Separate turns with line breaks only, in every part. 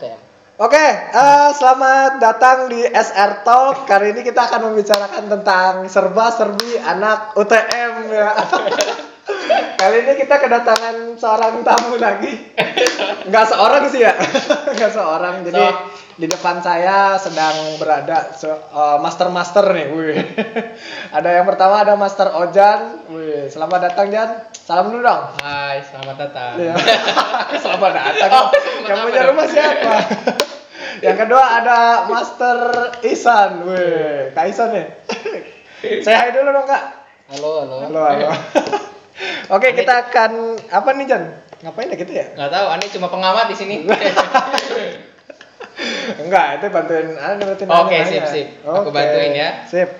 ya?
eh, selamat datang di SR Talk. Kali ini kita akan membicarakan tentang serba-serbi anak UTM ya. Kali ini kita kedatangan seorang tamu lagi. Nggak seorang sih ya. Nggak seorang. Jadi
So.
di depan saya sedang berada se- eh, master-master nih. Wih. Ada yang pertama ada Master Ojan. Wih, selamat datang Jan. Salam dulu dong.
Hai, selamat datang.
Iya. Selamat datang.
Oh,
yang
selamat
punya
datang.
rumah siapa? yang kedua ada Master Isan. Weh, Kak Isan ya? Saya hai dulu dong, Kak.
Halo, halo.
Halo, halo. Oke, kita akan apa nih, Jan? Ngapain ya kita ya?
Nggak tahu, Ani cuma pengamat di sini.
Iya. Enggak, itu bantuin Anda bantuin
Oke,
Anda
sip,
nanya.
sip. Aku
Oke,
bantuin ya.
Sip.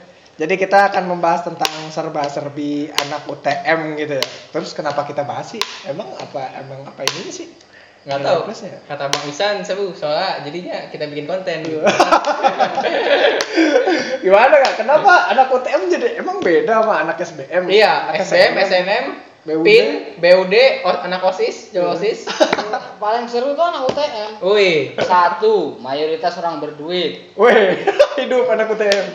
Jadi kita akan membahas tentang serba-serbi anak UTM gitu ya. Terus kenapa kita bahas sih? Emang apa emang apa ini sih?
Nggak
Ada
tahu.
plusnya?
Kata Bang Isan seru, soalnya jadinya kita bikin konten.
Iya. Gimana kak? Kenapa anak UTM jadi emang beda sama anak SBM?
iya,
Anak
SBM, SNM,
BUD.
PIN, BUD, or- anak
Iya.
OSIS, jawa OSIS.
Paling seru tuh anak UTM.
Wih,
Satu, mayoritas orang berduit.
Weh, hidup anak UTM.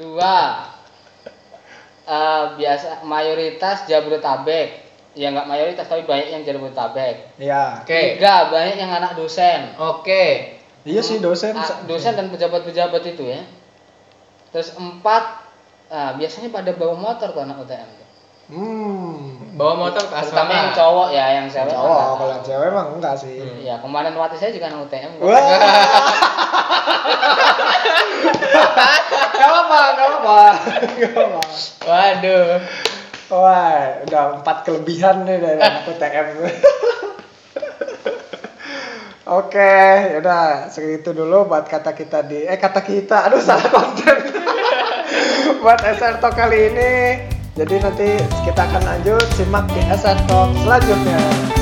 Dua, eh, biasa mayoritas Jabodetabek. Ya nggak mayoritas tapi banyak yang Jabodetabek.
Iya.
oke.
Tiga, banyak yang anak dosen.
Oke.
Iya sih dosen.
Ah, dosen dan pejabat-pejabat itu ya. Terus empat, ah, biasanya pada bawa motor tuh anak UTM. tuh.
Hmm.
Bawa motor ke
Terutama yang
asrama.
cowok ya, yang cewek.
Cowok
nggak
kalau
tahu.
cewek emang enggak sih.
Hmm.
Ya kemarin waktu saya juga anak UTM.
Wah. Gak apa-apa, gak apa-apa. Gak apa-apa.
Waduh.
Wah, udah empat kelebihan nih dari anak UTM. Oke, yaudah segitu dulu buat kata kita di eh kata kita, aduh salah konten. buat SR Talk kali ini. Jadi nanti kita akan lanjut simak di SR Talk selanjutnya.